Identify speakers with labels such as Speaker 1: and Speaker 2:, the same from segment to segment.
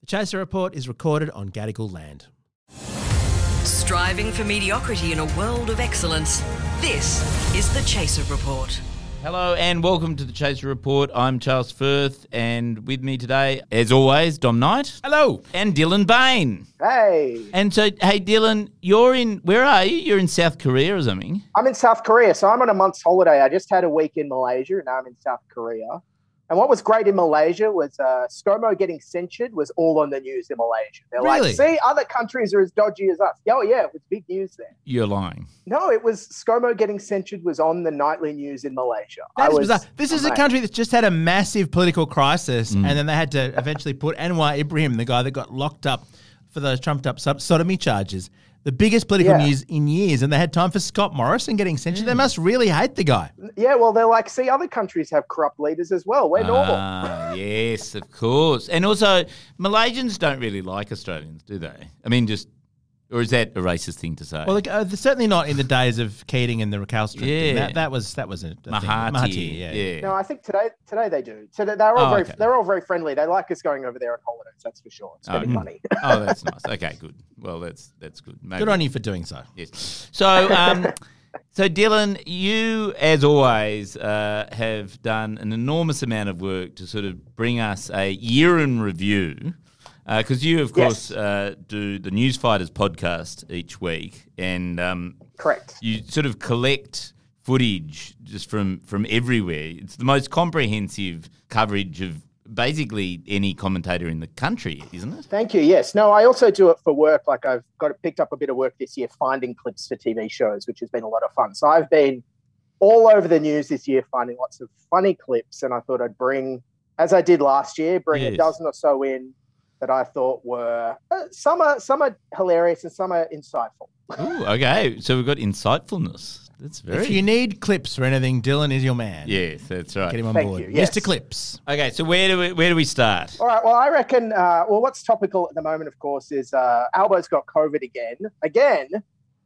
Speaker 1: The Chaser Report is recorded on Gadigal land.
Speaker 2: Striving for mediocrity in a world of excellence. This is the Chaser Report.
Speaker 3: Hello and welcome to the Chaser Report. I'm Charles Firth, and with me today, as always, Dom Knight. Hello. And Dylan Bain.
Speaker 4: Hey,
Speaker 3: And so, hey, Dylan, you're in, where are you? You're in South Korea or something.
Speaker 4: I'm in South Korea, so I'm on a month's holiday. I just had a week in Malaysia, and now I'm in South Korea. And what was great in Malaysia was uh, ScoMo getting censured was all on the news in Malaysia. They're
Speaker 1: Really?
Speaker 4: like, see, other countries are as dodgy as us. Oh, yeah, it was big news there.
Speaker 3: You're lying.
Speaker 4: No, it was ScoMo getting censured was on the nightly news in Malaysia. I
Speaker 1: That is
Speaker 4: was,
Speaker 1: bizarre. This is a
Speaker 4: amazed.
Speaker 1: country that's just had a massive political crisis,
Speaker 3: Mm.
Speaker 1: and then they had to eventually put Anwar Ibrahim, the guy that got locked up for those trumped up so- sodomy charges, the biggest political
Speaker 4: Yeah.
Speaker 1: news in years, and they had time for Scott Morrison getting censured. They must really hate the guy.
Speaker 4: Yeah, well, they're like, see, other countries have corrupt leaders as well. We're normal.
Speaker 3: Ah, yes, of course. And also, Malaysians don't really like Australians, do they? I mean, just, or is that a racist thing to say?
Speaker 1: Well, like, uh, certainly not in the days of Keating and the recalcitrant. thing.
Speaker 3: Yeah.
Speaker 1: That, that was that was a, a thing.
Speaker 3: Mahati.
Speaker 1: Mahati, yeah.
Speaker 4: No, I think today today they do. So they- they're all
Speaker 3: Oh,
Speaker 4: very
Speaker 3: okay.
Speaker 4: they're all very friendly. They like us going over there on holidays. That's for sure.
Speaker 1: Ah,
Speaker 4: Spending
Speaker 1: mm.
Speaker 3: Oh.
Speaker 4: money.
Speaker 3: oh, that's nice. Okay, good. Well, that's that's good. Maybe.
Speaker 1: Good on you for doing so.
Speaker 3: Yes. So, um, so Dylan, you, as always, uh, have done an enormous amount of work to sort of bring us a year in review. Because you, of course,
Speaker 4: Yes.
Speaker 3: uh, do the Newsfighters podcast each week, and um,
Speaker 4: Correct.
Speaker 3: you sort of collect footage just from from everywhere. It's the most comprehensive coverage of basically any commentator in the country, isn't it?
Speaker 4: Thank you. Yes. No, I also do it for work. Like I've got picked up a bit of work this year finding clips for TV shows, which has been a lot of fun. So I've been all over the news this year finding lots of funny clips, and I thought I'd bring, as I did last year, bring
Speaker 3: Yes.
Speaker 4: a dozen or so in that I thought were uh, some are some are hilarious and some are insightful.
Speaker 3: Ooh, okay. So we've got insightfulness. That's very
Speaker 1: If you need clips for anything, Dylan is your man.
Speaker 3: Yes, that's
Speaker 1: Get
Speaker 3: right.
Speaker 1: him on
Speaker 4: Thank
Speaker 1: board.
Speaker 4: you, yes.
Speaker 1: Mr. Clips.
Speaker 3: Okay, so where do we where do we start?
Speaker 4: All right. Well, I reckon. Uh, well, what's topical at the moment, of course, is uh, Albo's got COVID again. Again.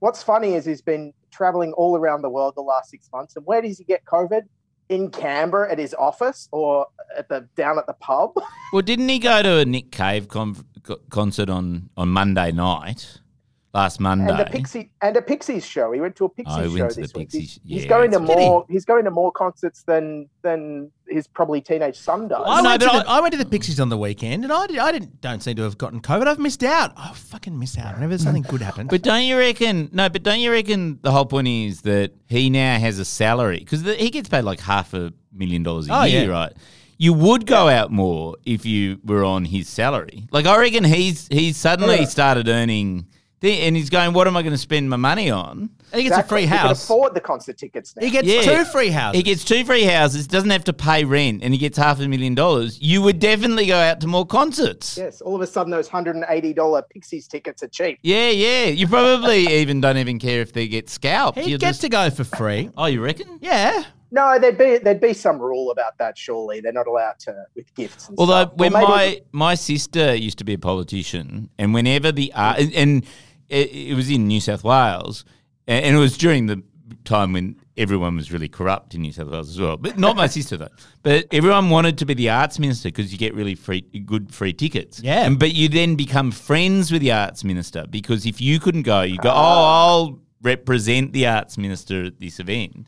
Speaker 4: What's funny is he's been traveling all around the world the last six months, and where does he get COVID? In Canberra at his office, or at the down at the pub.
Speaker 3: Well, didn't he go to a Nick Cave con- co- concert on on Monday night last Monday?
Speaker 4: And the Pixie and a Pixies show. He went to a Pixies
Speaker 3: Oh, he
Speaker 4: show
Speaker 3: went to the
Speaker 4: this week.
Speaker 3: Pixies-
Speaker 4: He's, he's
Speaker 3: yeah,
Speaker 4: going to
Speaker 3: that's-
Speaker 1: Did he?
Speaker 4: more. He's going to more concerts than than his probably teenage son does.
Speaker 1: I,
Speaker 3: No,
Speaker 1: went
Speaker 3: but
Speaker 1: to the,
Speaker 3: I-
Speaker 1: I went to the Pixies on the weekend, and I, did, I didn't don't seem to have gotten COVID. I've missed out. I fucking miss out whenever something good happens.
Speaker 3: But don't you reckon? No, but don't you reckon the whole point is that he now has a salary because he gets paid like half a million dollars a
Speaker 1: Oh,
Speaker 3: year,
Speaker 1: yeah.
Speaker 3: right? You would go out more if you were on his salary. Like I reckon he's he's suddenly
Speaker 4: Yeah.
Speaker 3: started earning, thi- and he's going, "What am I going to spend my money on?"
Speaker 1: he gets
Speaker 4: Exactly.
Speaker 1: a free
Speaker 4: He can
Speaker 1: house.
Speaker 4: afford the concert tickets now.
Speaker 1: He gets
Speaker 3: Yeah.
Speaker 1: two free houses.
Speaker 3: He gets two free houses, doesn't have to pay rent, and he gets half a million dollars. You would definitely go out to more concerts.
Speaker 4: yes. All of a sudden, those hundred and eighty dollar Pixies tickets are cheap.
Speaker 3: Yeah, yeah. You probably even don't even care if they get scalped.
Speaker 1: He'd
Speaker 3: You're
Speaker 1: get
Speaker 3: just-
Speaker 1: to go for free.
Speaker 3: oh, you reckon?
Speaker 1: Yeah.
Speaker 4: No, there'd be there'd be some rule about that. Surely they're not allowed to with gifts. And
Speaker 3: Although
Speaker 4: stuff.
Speaker 3: when
Speaker 4: Well, maybe-
Speaker 3: my my sister used to be a politician, and whenever the uh, and, and it, it was in New South Wales, a- and, it was during the time when everyone was really corrupt in New South Wales as well. But not my sister though. But everyone wanted to be the arts minister because you get really free good free tickets.
Speaker 1: Yeah.
Speaker 3: And, but you then become friends with the arts minister because if you couldn't go, you go, oh,
Speaker 1: Ah.
Speaker 3: I'll represent the arts minister at this event,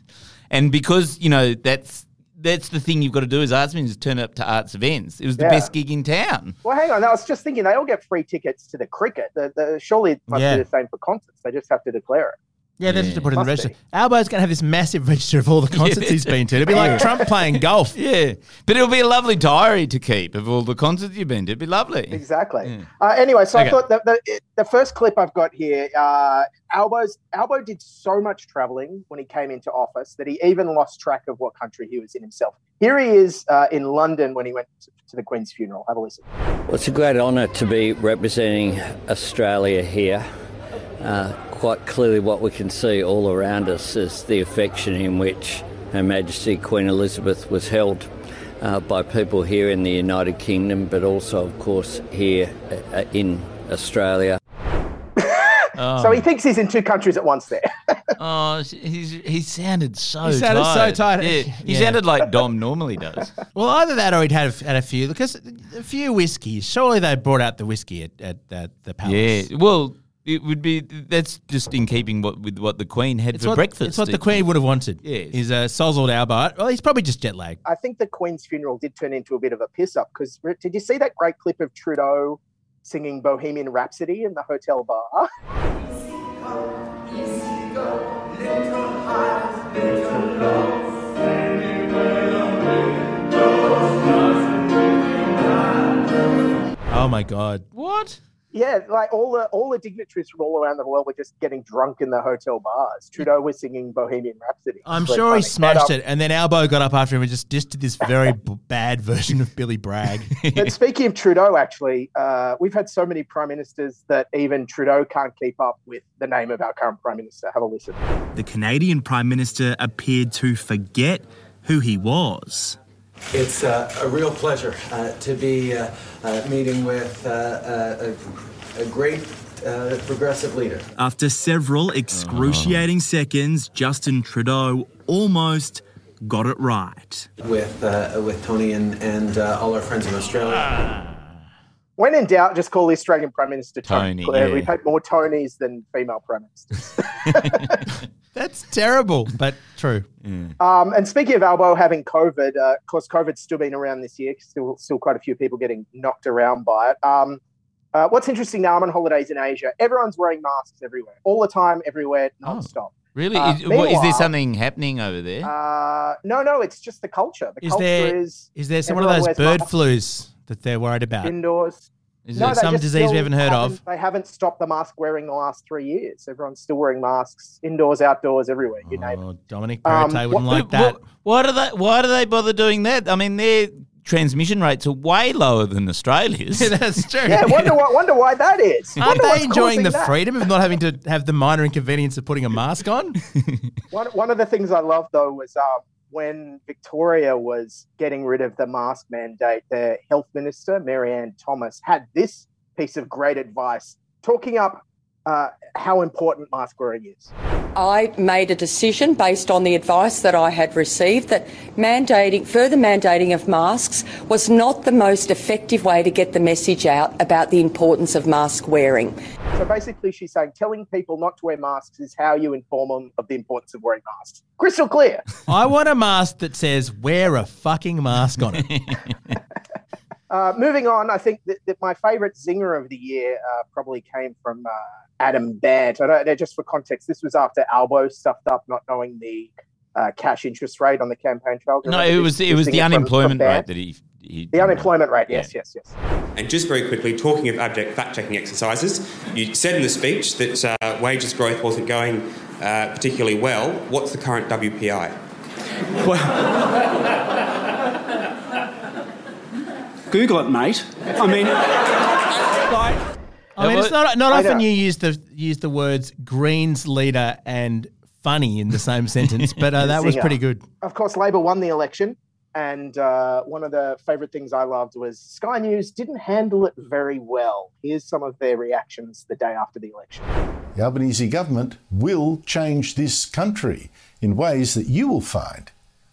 Speaker 3: and because you know that's. That's the thing you've got to do as arts minister, turn up to arts events. It was the
Speaker 4: Yeah.
Speaker 3: best gig in town.
Speaker 4: well, hang on. I was just thinking they all get free tickets to the cricket. The, the, surely it must
Speaker 1: Yeah.
Speaker 4: be the same for concerts. They just have to declare it.
Speaker 1: Yeah, they have to put in the
Speaker 4: Must
Speaker 1: register.
Speaker 4: be.
Speaker 1: Albo's going to have this massive register of all the concerts he's been to. It'd be like Trump playing golf.
Speaker 3: Yeah, but it'll be a lovely diary to keep of all the concerts you've been to. It'd be lovely.
Speaker 4: Exactly.
Speaker 3: Yeah.
Speaker 4: Uh, anyway, so
Speaker 3: Okay.
Speaker 4: I thought the, the it- the first clip I've got here, uh, Albo's Albo did so much traveling when he came into office that he even lost track of what country he was in himself. Here he is uh, in London when he went to the Queen's funeral. Have a listen.
Speaker 5: Well, it's a great honour to be representing Australia here. Uh, quite clearly, what we can see all around us is the affection in which Her Majesty Queen Elizabeth was held uh, by people here in the United Kingdom, but also, of course, here uh, in Australia.
Speaker 4: So he thinks he's in two countries at once there.
Speaker 3: Oh, he's, he sounded so
Speaker 1: He sounded so
Speaker 3: tired.
Speaker 1: tired.
Speaker 3: Yeah, he
Speaker 1: Yeah.
Speaker 3: sounded like Dom normally does.
Speaker 1: Well, either that or he'd had a, had a few because a few whiskeys. Surely they brought out the whiskey at, at, at the
Speaker 3: yeah.
Speaker 1: palace.
Speaker 3: Well, it would be that's just in keeping what with what the Queen had
Speaker 1: It's
Speaker 3: for
Speaker 1: what,
Speaker 3: breakfast.
Speaker 1: it's what the Queen would have wanted.
Speaker 3: Yes.
Speaker 1: Is a Solzold Albert. Well, he's probably just jet lagged.
Speaker 4: I think the Queen's funeral did turn into a bit of a piss up because did you see that great clip of Trudeau singing Bohemian Rhapsody in the hotel bar?
Speaker 1: Oh, my God.
Speaker 3: What?
Speaker 4: Yeah, like all the all the dignitaries from all around the world were just getting drunk in the hotel bars. Trudeau was singing Bohemian Rhapsody.
Speaker 1: Hmm. I'm
Speaker 4: It's really
Speaker 1: sure he
Speaker 4: funny. But,
Speaker 1: smashed
Speaker 4: um,
Speaker 1: it. And then Albo got up after him and just, just did this very b- bad version of Billy Bragg.
Speaker 4: But speaking of Trudeau, actually, uh, we've had so many prime ministers that even Trudeau can't keep up with the name of our current prime minister. Have a listen.
Speaker 6: The Canadian Prime Minister appeared to forget who he was.
Speaker 7: It's uh, a real pleasure uh, to be uh, uh, meeting with uh, a, a great uh, progressive leader.
Speaker 6: After several excruciating seconds, Justin Trudeau almost got it right.
Speaker 7: With, uh, with Tony and, and uh, all our friends in Australia.
Speaker 4: When in doubt, just call the Australian Prime Minister
Speaker 3: Tony,
Speaker 4: Tony. Blair. We've
Speaker 3: yeah.
Speaker 4: had more Tonys than female prime ministers.
Speaker 1: That's terrible, but true.
Speaker 4: Um, and speaking of Albo having COVID, uh, of course, COVID's still been around this year. Still, still quite a few people getting knocked around by it. Um, uh, what's interesting now, I'm on holidays in Asia. Everyone's wearing masks everywhere, all the time, everywhere,
Speaker 1: Oh.
Speaker 4: nonstop.
Speaker 3: Really?
Speaker 4: Uh,
Speaker 3: is, what, is there
Speaker 4: meanwhile-
Speaker 3: something happening over there?
Speaker 4: Uh, no, no, it's just the culture. The
Speaker 1: Is
Speaker 4: culture
Speaker 1: there-
Speaker 4: is
Speaker 1: Is there some one of
Speaker 4: Everyone
Speaker 1: those
Speaker 4: wears
Speaker 1: bird
Speaker 4: masks.
Speaker 1: flus that they're worried about?
Speaker 4: indoors.
Speaker 3: Is
Speaker 4: No,
Speaker 3: it-
Speaker 4: they
Speaker 1: Uh, some
Speaker 4: just
Speaker 1: disease we
Speaker 4: still
Speaker 1: haven't heard of?
Speaker 4: haven't- They haven't stopped the mask wearing the last three years. Everyone's still wearing masks, indoors, outdoors, everywhere. You name it.
Speaker 1: Oh, Dominic
Speaker 4: Um,
Speaker 1: Perrottet wouldn't
Speaker 4: what-
Speaker 1: like that.
Speaker 3: Wh- Why do they? Why do they bother doing that? I mean, their transmission rates are way lower than Australia's.
Speaker 1: That's true.
Speaker 4: Yeah, wonder why, wonder why that is.
Speaker 1: Aren't
Speaker 4: Wonder what's
Speaker 1: they enjoying
Speaker 4: causing
Speaker 1: the
Speaker 4: that.
Speaker 1: freedom of not having to have the minor inconvenience of putting a mask on?
Speaker 4: One, one of the things I love though was um, when Victoria was getting rid of the mask mandate, the health minister, Marianne Thomas, had this piece of great advice talking up uh, how important mask wearing is.
Speaker 8: I made a decision based on the advice that I had received that mandating, further mandating of masks was not the most effective way to get the message out about the importance of mask wearing.
Speaker 4: So basically, she's saying telling people not to wear masks is how you inform them of the importance of wearing masks. Crystal clear.
Speaker 1: I want a mask that says "Wear a fucking mask" on it.
Speaker 4: Uh, moving on, I think that, that my favorite zinger of the year uh, probably came from uh, Adam Bant. I don't know, just for context, this was after Albo stuffed up not knowing the uh, cash interest rate on the campaign trail. Do you
Speaker 3: no,
Speaker 4: remember
Speaker 3: it
Speaker 4: this-
Speaker 3: was
Speaker 4: this
Speaker 3: it was
Speaker 4: zinger
Speaker 3: the
Speaker 4: from- from
Speaker 3: unemployment
Speaker 4: Bant?
Speaker 3: rate that he. he
Speaker 4: The unemployment rate,
Speaker 3: Yeah.
Speaker 4: yes, yes, yes.
Speaker 9: And just very quickly, talking of abject fact checking exercises, you said in the speech that uh, wages growth wasn't going uh, particularly well. What's the current WPI?
Speaker 6: Google it, mate. I mean,
Speaker 1: I mean, it's not not
Speaker 4: I
Speaker 1: often
Speaker 4: know.
Speaker 1: you use the use the words "Greens leader" and "funny" in the same sentence, but uh, that was
Speaker 4: Zinger.
Speaker 1: pretty good.
Speaker 4: Of course, Labor won the election. And uh, one of the favorite things I loved was Sky News didn't handle it very well. Here's some of their reactions the day after the election.
Speaker 10: The Albanese government will change this country in ways that you will find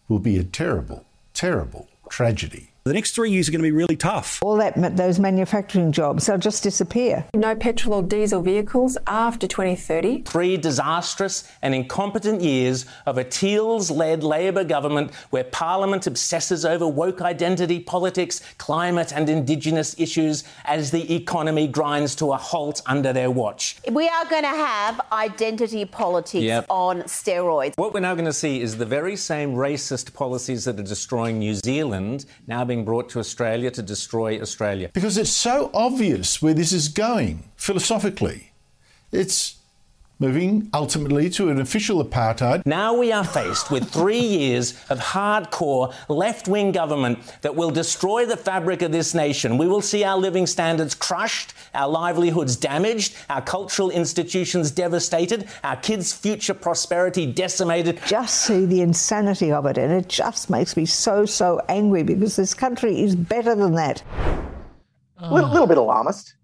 Speaker 10: will be a terrible, terrible tragedy.
Speaker 6: the next three years are going to be really tough.
Speaker 8: All that, those manufacturing jobs, they'll just disappear.
Speaker 2: No petrol or diesel vehicles after 2030.
Speaker 7: Three disastrous and incompetent years of a Teals led Labor government where Parliament obsesses over woke identity, politics, climate, and Indigenous issues as the economy grinds to a halt under their watch.
Speaker 8: We are going to have identity politics
Speaker 7: Yep.
Speaker 8: on steroids.
Speaker 7: What we're now going to see is the very same racist policies that are destroying New Zealand now being brought to Australia to destroy Australia.
Speaker 10: Because it's so obvious where this is going philosophically. It's moving ultimately to an official apartheid.
Speaker 7: Now we are faced with three years of hardcore left wing government that will destroy the fabric of this nation. We will see our living standards crushed, our livelihoods damaged, our cultural institutions devastated, our kids' future prosperity decimated.
Speaker 11: Just see the insanity of it, and it just makes me so, so angry because this country is better than that.
Speaker 4: A little, little bit alarmist.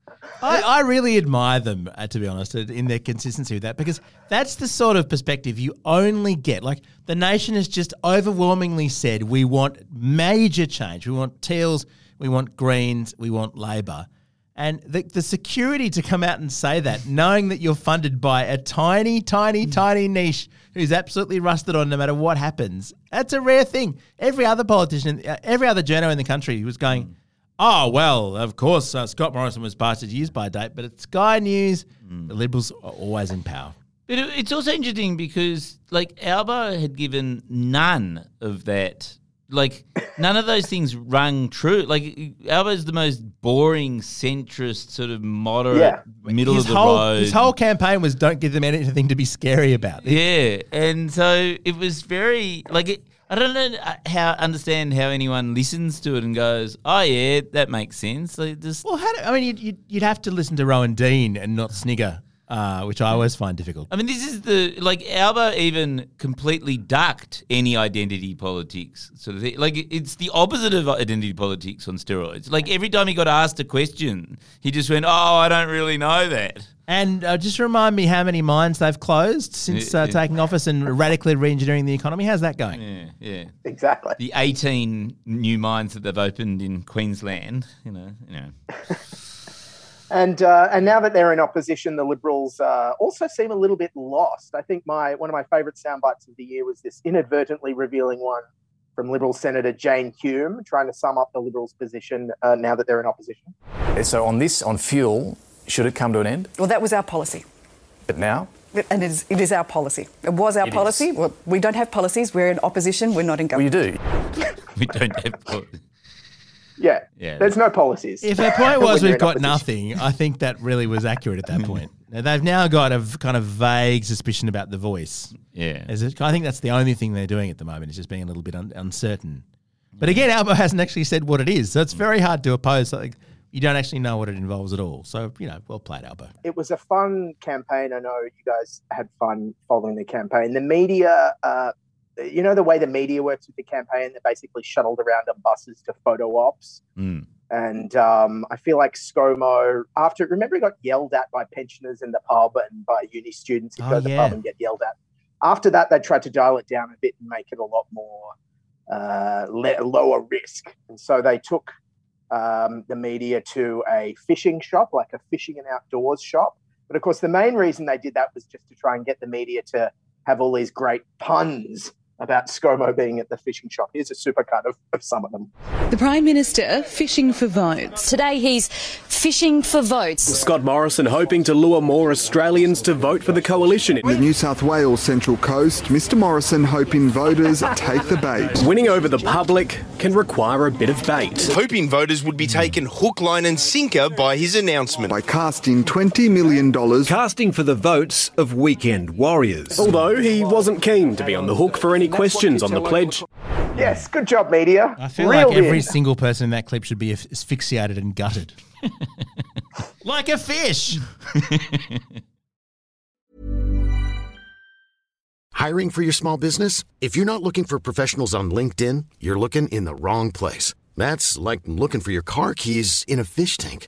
Speaker 1: I, I really admire them, uh, to be honest, in in their consistency with that, because that's the sort of perspective you only get. Like, the nation has just overwhelmingly said, we want major change. We want teals, we want greens, we want Labour. And the, the security to come out and say that, knowing that you're funded by a tiny, tiny, tiny niche who's absolutely rusted on no matter what happens, that's a rare thing. Every other politician, uh, every other journo in the country was going, Oh, well, of course, uh, Scott Morrison was past his years by date, but it's Sky News.
Speaker 3: Hmm.
Speaker 1: The Liberals are always in power.
Speaker 3: But it, it's also interesting because like Alba had given none of that. Like none of those things rung true. Like Alba is the most boring centrist sort of moderate
Speaker 1: Yeah.
Speaker 3: middle
Speaker 1: his
Speaker 3: of the
Speaker 1: whole,
Speaker 3: road.
Speaker 1: His whole campaign was don't give them anything to be scary about.
Speaker 3: Yeah, and so it was very like it, I don't know uh, how understand how anyone listens to it and goes, "Oh yeah, that makes sense." Like just
Speaker 1: Well, how do, I mean, you'd, you'd, you'd have to listen to Rowan Dean and not snigger, uh, which I always find difficult.
Speaker 3: I mean, this is the like Alba even completely ducked any identity politics. So the, like it- it's the opposite of identity politics on steroids. Like every time he got asked a question, he just went, "Oh, I don't really know that."
Speaker 1: And uh, just remind me how many mines they've closed since
Speaker 3: Yeah,
Speaker 1: uh,
Speaker 3: yeah.
Speaker 1: taking office and radically re-engineering the economy. How's that going?
Speaker 3: Yeah, yeah,
Speaker 4: exactly.
Speaker 3: The eighteen new mines that they've opened in Queensland, you know, you know.
Speaker 4: And uh, and now that they're in opposition, the Liberals uh, also seem a little bit lost. I think my one of my favourite sound bites of the year was this inadvertently revealing one from Liberal Senator Jane Hume trying to sum up the Liberals' position uh, now that they're in opposition.
Speaker 12: So on this, on fuel, should it come to an end?
Speaker 13: Well, that was our policy.
Speaker 12: But now?
Speaker 13: And it is, it is our policy. It was our
Speaker 12: It
Speaker 13: policy. Well, we don't have policies. We're in opposition. We're not in government.
Speaker 12: Well, you do.
Speaker 3: We don't have. pol-
Speaker 4: Yeah,
Speaker 3: Yeah.
Speaker 4: there's no policies.
Speaker 1: If her point was
Speaker 4: When you're
Speaker 1: we've
Speaker 4: in
Speaker 1: got
Speaker 4: opposition.
Speaker 1: nothing, I think that really was accurate at that point. Now, they've now got a v- kind of vague suspicion about the voice.
Speaker 3: Yeah.
Speaker 1: As it, I think that's the only thing they're doing at the moment is just being a little bit un- uncertain. But again, Albo hasn't actually said what it is, so it's very hard to oppose something you don't actually know what it involves at all. So you know, well played, Albo.
Speaker 4: it was a fun campaign. I know you guys had fun following the campaign. The media, uh, you know, the way the media works with the campaign, they're basically shuttled around on buses to photo ops.
Speaker 3: Mm.
Speaker 4: And um, I feel like ScoMo, after, remember, he got yelled at by pensioners in the pub and by uni students who
Speaker 1: Oh,
Speaker 4: go to the
Speaker 1: yeah.
Speaker 4: pub and get yelled at. After that, they tried to dial it down a bit and make it a lot more uh, le- lower risk. And so they took um, the media to a fishing shop, like a fishing and outdoors shop. But of course, the main reason they did that was just to try and get the media to have all these great puns about ScoMo being at the fishing shop. Here's a supercut of, of some of them.
Speaker 14: The Prime Minister fishing for votes. Today he's fishing for votes.
Speaker 15: Scott Morrison hoping to lure more Australians to vote for the coalition.
Speaker 16: In the New South Wales Central Coast, Mr Morrison hoping voters take the bait.
Speaker 15: Winning over the public can require a bit of bait.
Speaker 17: hoping voters would be taken hook, line, and sinker by his announcement.
Speaker 16: By casting $20 million.
Speaker 18: Casting for the votes of weekend warriors.
Speaker 15: Although Oh, he wasn't keen to be on the hook for any questions on the pledge.
Speaker 4: Yes, good job, media.
Speaker 1: I feel like every single person in that clip should be asph- asphyxiated and gutted, like a fish.
Speaker 19: Hiring for your small business? If you're not looking for professionals on LinkedIn, you're looking in the wrong place. That's like looking for your car keys in a fish tank.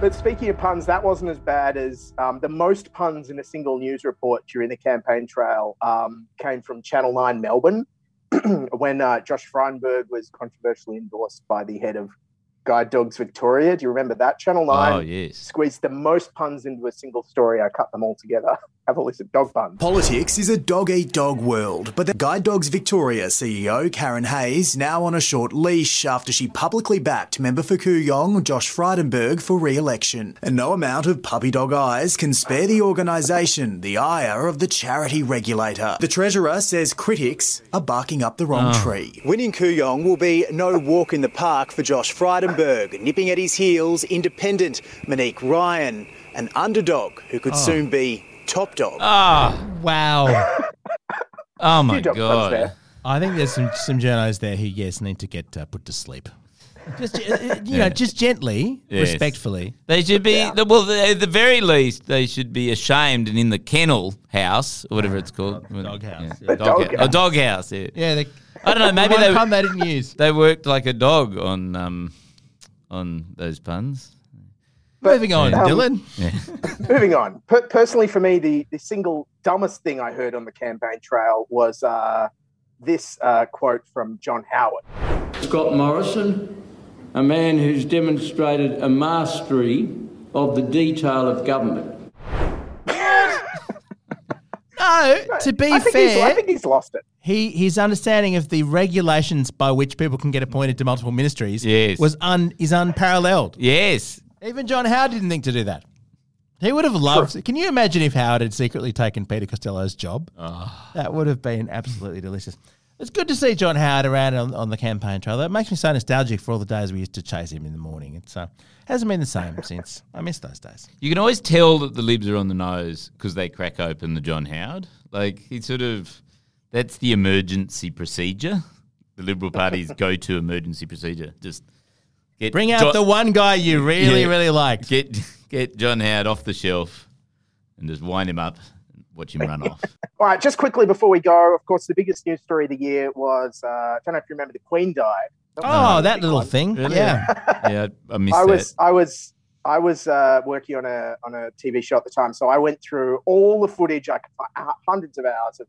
Speaker 4: But speaking of puns, that wasn't as bad as um, the most puns in a single news report during the campaign trail um, came from Channel 9 Melbourne when uh, Josh Frydenberg was controversially endorsed by the head of Guide Dogs Victoria. Do you remember that? Channel 9
Speaker 3: Oh yes.
Speaker 4: squeezed the most puns into a single story. I cut them all together. have a listen. Dog bun.
Speaker 20: Politics is a dog eat dog world, but the Guide Dogs Victoria CEO Karen Hayes now on a short leash after she publicly backed member for Kooyong Josh Frydenberg for re election. And no amount of puppy dog eyes can spare the organisation the ire of the charity regulator. The Treasurer says critics are barking up the wrong
Speaker 21: Oh.
Speaker 20: tree. Winning Kooyong will be no walk in the park for Josh Frydenberg, nipping at his heels independent Monique Ryan, an underdog who could
Speaker 1: Oh.
Speaker 20: soon be top dog.
Speaker 3: Ah,
Speaker 1: wow.
Speaker 3: oh
Speaker 20: my Huge upsets God. there.
Speaker 1: I think there's some some journos there who yes need to get uh, put to sleep. Just uh, uh, you
Speaker 3: Yeah.
Speaker 1: know, just gently,
Speaker 3: Yes.
Speaker 1: respectfully.
Speaker 3: They should be the- well. they- At the very least, they should be ashamed and in the kennel house, or whatever it's called, Uh, dog house,
Speaker 1: The
Speaker 3: dog,
Speaker 1: doghouse.
Speaker 3: house, dog house. Yeah.
Speaker 1: Yeah, they,
Speaker 3: I don't know. Maybe
Speaker 1: One
Speaker 3: they
Speaker 1: pun they didn't use.
Speaker 3: They worked like a dog on um, on those puns.
Speaker 4: Moving
Speaker 3: on,
Speaker 1: Yeah. Dylan.
Speaker 4: Moving on. Per- personally, for me, the, the single dumbest thing I heard on the campaign trail was uh, this uh, quote from John Howard.
Speaker 22: Scott Morrison, a man who's demonstrated a mastery of the detail of government.
Speaker 1: No, to be
Speaker 4: I think he's-
Speaker 1: fair,
Speaker 4: I think he's lost it.
Speaker 1: He his understanding of the regulations by which people can get appointed to multiple ministries
Speaker 3: Yes.
Speaker 1: was un is unparalleled.
Speaker 3: Yes.
Speaker 1: Even John Howard didn't think to do that. He would have loved. Can you imagine if Howard had secretly taken Peter Costello's job? That would have been absolutely delicious. It's good to see John Howard around on, on the campaign trail. That makes me so nostalgic for all the days we used to chase him in the morning. It's uh, hasn't been the same since. I miss those days.
Speaker 3: You can always tell that the libs are on the nose because they crack open the John Howard. Like he sort of, that's the emergency procedure. The Liberal Party's go-to emergency procedure. Just get
Speaker 1: Bring out the one guy you really, really liked.
Speaker 3: Get get John Howard off the shelf and just wind him up, and watch him run off.
Speaker 4: All right, just quickly before we go, of course, the biggest news story of the year was uh, I don't know if you remember the Queen died.
Speaker 1: Oh, that little thing. Yeah.
Speaker 3: yeah, I, I missed
Speaker 4: I was,
Speaker 3: that.
Speaker 4: I was, I was uh, working on a on a TV show at the time, so I went through all the footage I could find, hundreds of hours of.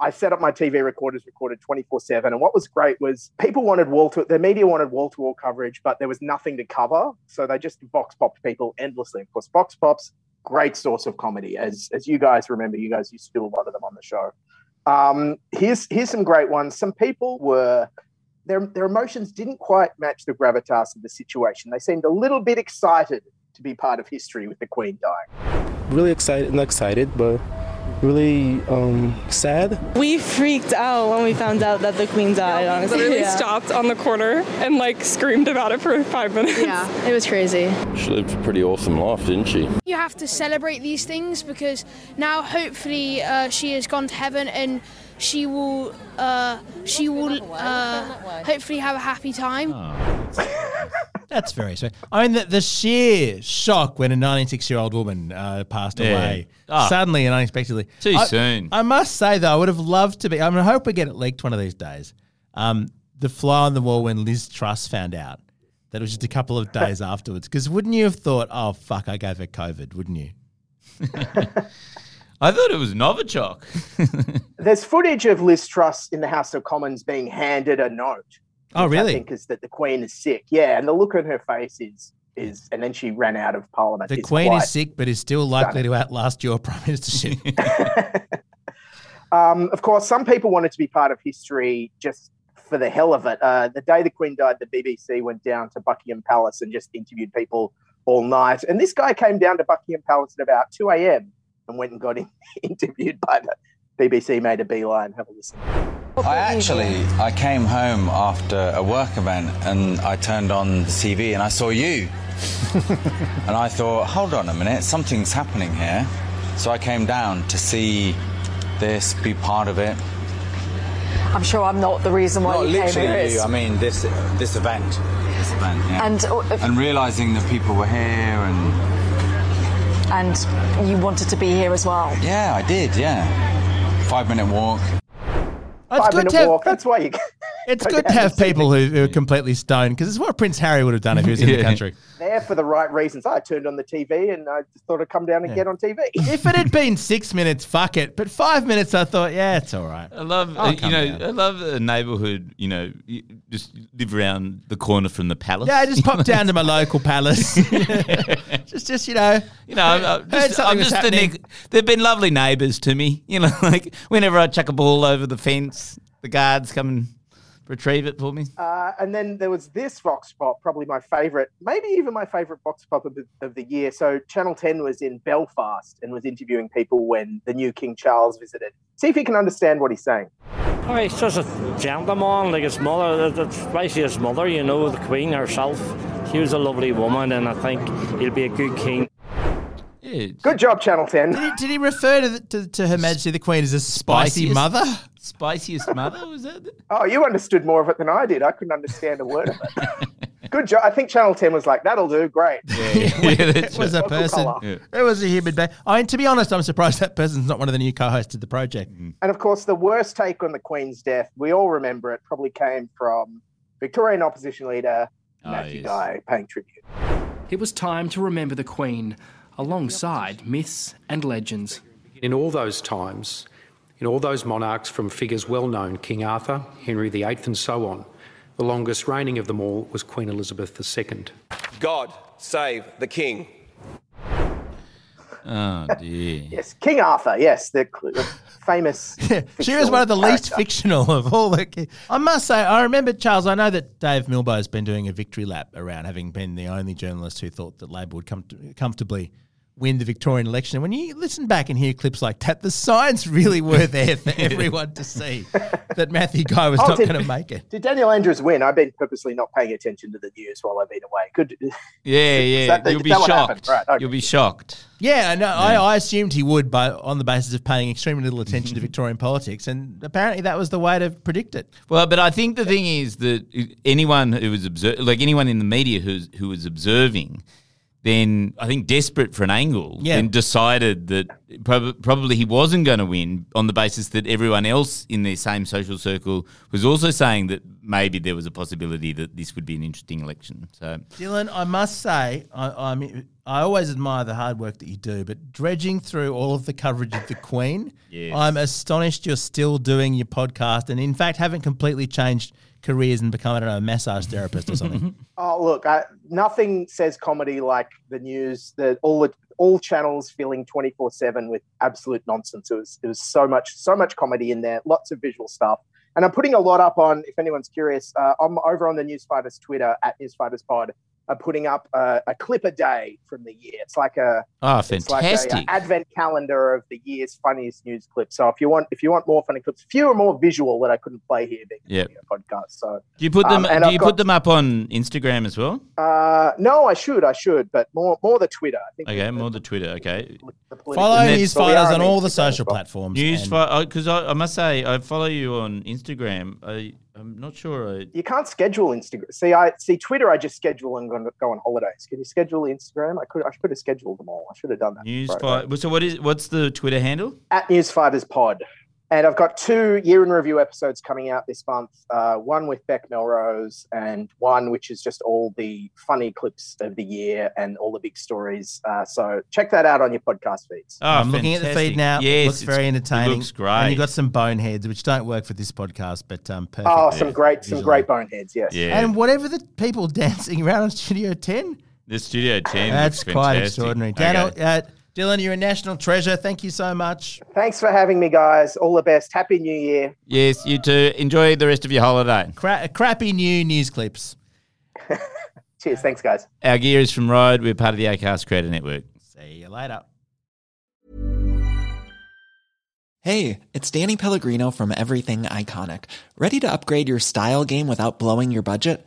Speaker 4: I set up my TV recorders, recorded twenty four seven, and what was great was people wanted wall to the media wanted wall to wall coverage, but there was nothing to cover, so they just box popped people endlessly. Of course, box pops great source of comedy, as as you guys remember, you guys used to do a lot of them on the show. Um, here's here's some great ones. Some people were their, their emotions didn't quite match the gravitas of the situation. They seemed a little bit excited to be part of history with the Queen dying.
Speaker 23: really excited, not excited, but really um, sad.
Speaker 24: We freaked out when we found out that the queen died. honestly,
Speaker 25: literally stopped on the corner and like screamed about it for five minutes.
Speaker 24: Yeah, it was crazy.
Speaker 26: She lived a pretty awesome life, didn't she?
Speaker 27: You have to celebrate these things because now hopefully uh, she has gone to heaven and she will uh, she will uh, hopefully have a happy time.
Speaker 1: That's very sweet. I mean, the, the sheer shock when a 96 year old woman uh, passed
Speaker 3: Yeah.
Speaker 1: away
Speaker 3: Ah.
Speaker 1: suddenly and unexpectedly.
Speaker 3: Too
Speaker 1: I-
Speaker 3: soon.
Speaker 1: I must say, though, I would have loved to be. I mean, I hope we get it leaked one of these days. Um, the fly on the wall when Liz Truss found out that it was just a couple of days afterwards. Because wouldn't you have thought, oh, fuck, I gave her COVID, wouldn't you?
Speaker 3: I thought it was Novichok.
Speaker 4: There's footage of Liz Truss in the House of Commons being handed a note.
Speaker 1: Oh,
Speaker 4: which I
Speaker 1: really?
Speaker 4: think is that the Queen is sick. Yeah, and the look on her face is is, and then she ran out of Parliament.
Speaker 1: The
Speaker 4: is
Speaker 1: Queen
Speaker 4: quite-
Speaker 1: is sick, but is still likely to outlast your prime ministership.
Speaker 4: Um, of course, some people wanted to be part of history just for the hell of it. Uh, the day the Queen died, the BBC went down to Buckingham Palace and just interviewed people all night. And this guy came down to Buckingham Palace at about 2 a.m. and went and got in- interviewed by the BBC, made a beeline. Have a listen.
Speaker 28: I actually I came home after a work event and I turned on the TV and I saw you. and I thought, hold on a minute, something's happening here. So I came down to see this, be part of it.
Speaker 13: I'm sure I'm not the reason why
Speaker 28: Not
Speaker 13: you came
Speaker 28: literally
Speaker 13: here.
Speaker 28: you,
Speaker 13: It's-
Speaker 28: I mean this this event. This event, yeah.
Speaker 13: And, uh, if-
Speaker 28: and realizing that people were here and
Speaker 13: and you wanted to be here as well.
Speaker 28: yeah, I did, yeah. 5 minute walk.
Speaker 4: Five minute walk. That's why you.
Speaker 1: It's good to have people who, who are completely stoned because it's what Prince Harry would have done if he was in the
Speaker 3: Yeah.
Speaker 1: country.
Speaker 4: there for the right reasons. I turned on the TV and I just thought I'd come down and get on TV.
Speaker 1: If it had been six minutes, fuck it. But five minutes, I thought, yeah, it's all right.
Speaker 3: I love
Speaker 1: I'll
Speaker 3: uh, you
Speaker 1: come
Speaker 3: know
Speaker 1: down.
Speaker 3: I love a neighborhood you know you just live around the corner from the palace.
Speaker 1: Yeah, I just popped down to my local palace. just, just you know,
Speaker 3: You know, I'm, I'm
Speaker 1: heard
Speaker 3: just,
Speaker 1: something
Speaker 3: I'm
Speaker 1: was
Speaker 3: just the
Speaker 1: happening.
Speaker 3: neg- they've been lovely neighbours to me. You know, like whenever I chuck a ball over the fence, the guards come and retrieve it for me.
Speaker 4: Uh, and then there was this Vox Pop, probably my favorite, maybe even my favorite Vox Pop of the, of the year. So Channel 10 was in Belfast and was interviewing people when the new King Charles visited. See if you can understand what he's saying.
Speaker 29: Oh, he's just a gentleman, like his mother, that- that's uh, basically his mother, you know, the Queen herself. She was a lovely woman, and I think he'll be a good king.
Speaker 4: Good job, Channel 10.
Speaker 1: Did he refer to, the, to, to Her Majesty the Queen as a spicy
Speaker 4: Spiciest?
Speaker 1: mother?
Speaker 3: Spiciest mother was it?
Speaker 4: Oh, you understood more of it than I did. I couldn't understand a word of it. Good job. I think Channel 10 was like, that'll do. Great.
Speaker 1: it was a
Speaker 4: Local
Speaker 1: person.
Speaker 4: colour.
Speaker 1: It was a human being. I mean, to be honest, I'm surprised that person's not one of the new co-hosts of the project.
Speaker 4: And of course, the worst take on the Queen's death, we all remember it, probably came from Victorian opposition leader Matthew Guy paying tribute.
Speaker 5: It was time to remember the Queen alongside myths and legends.
Speaker 6: In all those times, in all those monarchs from figures well known, King Arthur, Henry VIII, and so on, the longest reigning of them all was Queen Elizabeth II.
Speaker 7: God save the king.
Speaker 3: Oh dear.
Speaker 4: Yes, King Arthur. Yes, the cl- the famous.
Speaker 1: She was one of the least
Speaker 4: character.
Speaker 1: fictional of all the. ki- I must say, I remember Charles. I know that Dave Milbo's been doing a victory lap around having been the only journalist who thought that Labor would com- comfortably win the Victorian election. And when you listen back and hear clips like that, the signs really were there for everyone to see that Matthew Guy was
Speaker 4: Oh,
Speaker 1: not
Speaker 4: did-
Speaker 1: going to make it.
Speaker 4: Did Daniel Andrews win? I've been purposely not paying attention to the news while I've been away. Good.
Speaker 3: Yeah, yeah.
Speaker 4: Is that the-
Speaker 3: You'll
Speaker 4: is
Speaker 3: be
Speaker 4: that what happened?
Speaker 3: shocked.
Speaker 4: Right, okay.
Speaker 3: You'll be shocked.
Speaker 1: Yeah, no, I, I assumed he would, but on the basis of paying extremely little attention to Victorian politics, and apparently that was the way to predict it.
Speaker 3: Well, but I think the thing is that anyone who was observ- like anyone in the media who's, who was observing, then I think desperate for an angle,
Speaker 1: Yeah.
Speaker 3: then decided that prob- probably he wasn't going to win on the basis that everyone else in their same social circle was also saying that maybe there was a possibility that this would be an interesting election. So
Speaker 1: Dylan, I must say, I, I mean, I always admire the hard work that you do, but dredging through all of the coverage of the Queen,
Speaker 3: Yes.
Speaker 1: I'm astonished you're still doing your podcast, and in fact, haven't completely changed careers and become I don't know a massage therapist or something.
Speaker 4: Oh, look, I, nothing says comedy like the news. That all the all channels filling twenty four seven with absolute nonsense. It was it was so much so much comedy in there. Lots of visual stuff. And I'm putting a lot up on. If anyone's curious, uh, I'm over on the Newsfighters Twitter at Newsfighters Pod. I'm putting up uh, a clip a day from the year. It's like a
Speaker 3: ah,
Speaker 4: it's like a, uh,
Speaker 3: fantastic.
Speaker 4: advent calendar of the year's funniest news clips. So if you want if you want more funny clips, fewer more visual that I couldn't play here being
Speaker 3: Yep.
Speaker 4: a podcast. So
Speaker 3: Do you put them?
Speaker 4: Um, and
Speaker 3: do
Speaker 4: I've
Speaker 3: you
Speaker 4: got-
Speaker 3: put them up on Instagram as well?
Speaker 4: uh, no, I should, I should, but more more the Twitter. I think
Speaker 3: Okay, more the Twitter. Okay,
Speaker 4: political-
Speaker 1: Follow
Speaker 3: Isn't it-
Speaker 1: Newsfighters
Speaker 4: Well,
Speaker 1: on
Speaker 4: we are
Speaker 1: all the
Speaker 4: on
Speaker 1: social
Speaker 4: Instagram as well.
Speaker 1: platforms.
Speaker 3: News
Speaker 1: and-
Speaker 3: because I, I must say I follow you on Instagram. I I'm not sure I
Speaker 4: you can't schedule Instagram. See, I see Twitter. I just schedule and go, go on holidays. Can you schedule Instagram? I could. I could have scheduled them all. I should have done that.
Speaker 3: news
Speaker 4: Right,
Speaker 3: fi- So what is what's the Twitter handle?
Speaker 4: at Newsfighters Pod. And I've got two year in review episodes coming out this month. Uh, one with Beck Melrose, and one which is just all the funny clips of the year and all the big stories. Uh, so check that out on your podcast feeds.
Speaker 3: Oh,
Speaker 1: I'm looking at the feed now.
Speaker 3: Ah, Yes,
Speaker 1: it looks
Speaker 3: it's-
Speaker 1: very
Speaker 3: it
Speaker 1: entertaining.
Speaker 3: looks great.
Speaker 1: And you got some boneheads, which don't work for this podcast, but um, perfect.
Speaker 4: Oh, some great, some
Speaker 1: visually.
Speaker 4: great boneheads. Yes.
Speaker 1: And whatever the people dancing around on Studio 10,
Speaker 3: The Studio Ten.
Speaker 1: That's
Speaker 3: looks
Speaker 1: quite
Speaker 3: fantastic.
Speaker 1: extraordinary.
Speaker 3: Okay.
Speaker 1: Daniel, uh, Dylan, you're a national treasure. Thank you so much.
Speaker 4: Thanks for having me, guys. All the best. Happy New Year.
Speaker 3: Yes, you too. Enjoy the rest of your holiday.
Speaker 1: Cra- crappy new news clips.
Speaker 4: Cheers. Thanks, guys.
Speaker 3: Our gear is from Rode. We're part of the Acast Creator Network.
Speaker 1: See you later.
Speaker 8: Hey, it's Danny Pellegrino from Everything Iconic. Ready to upgrade your style game without blowing your budget?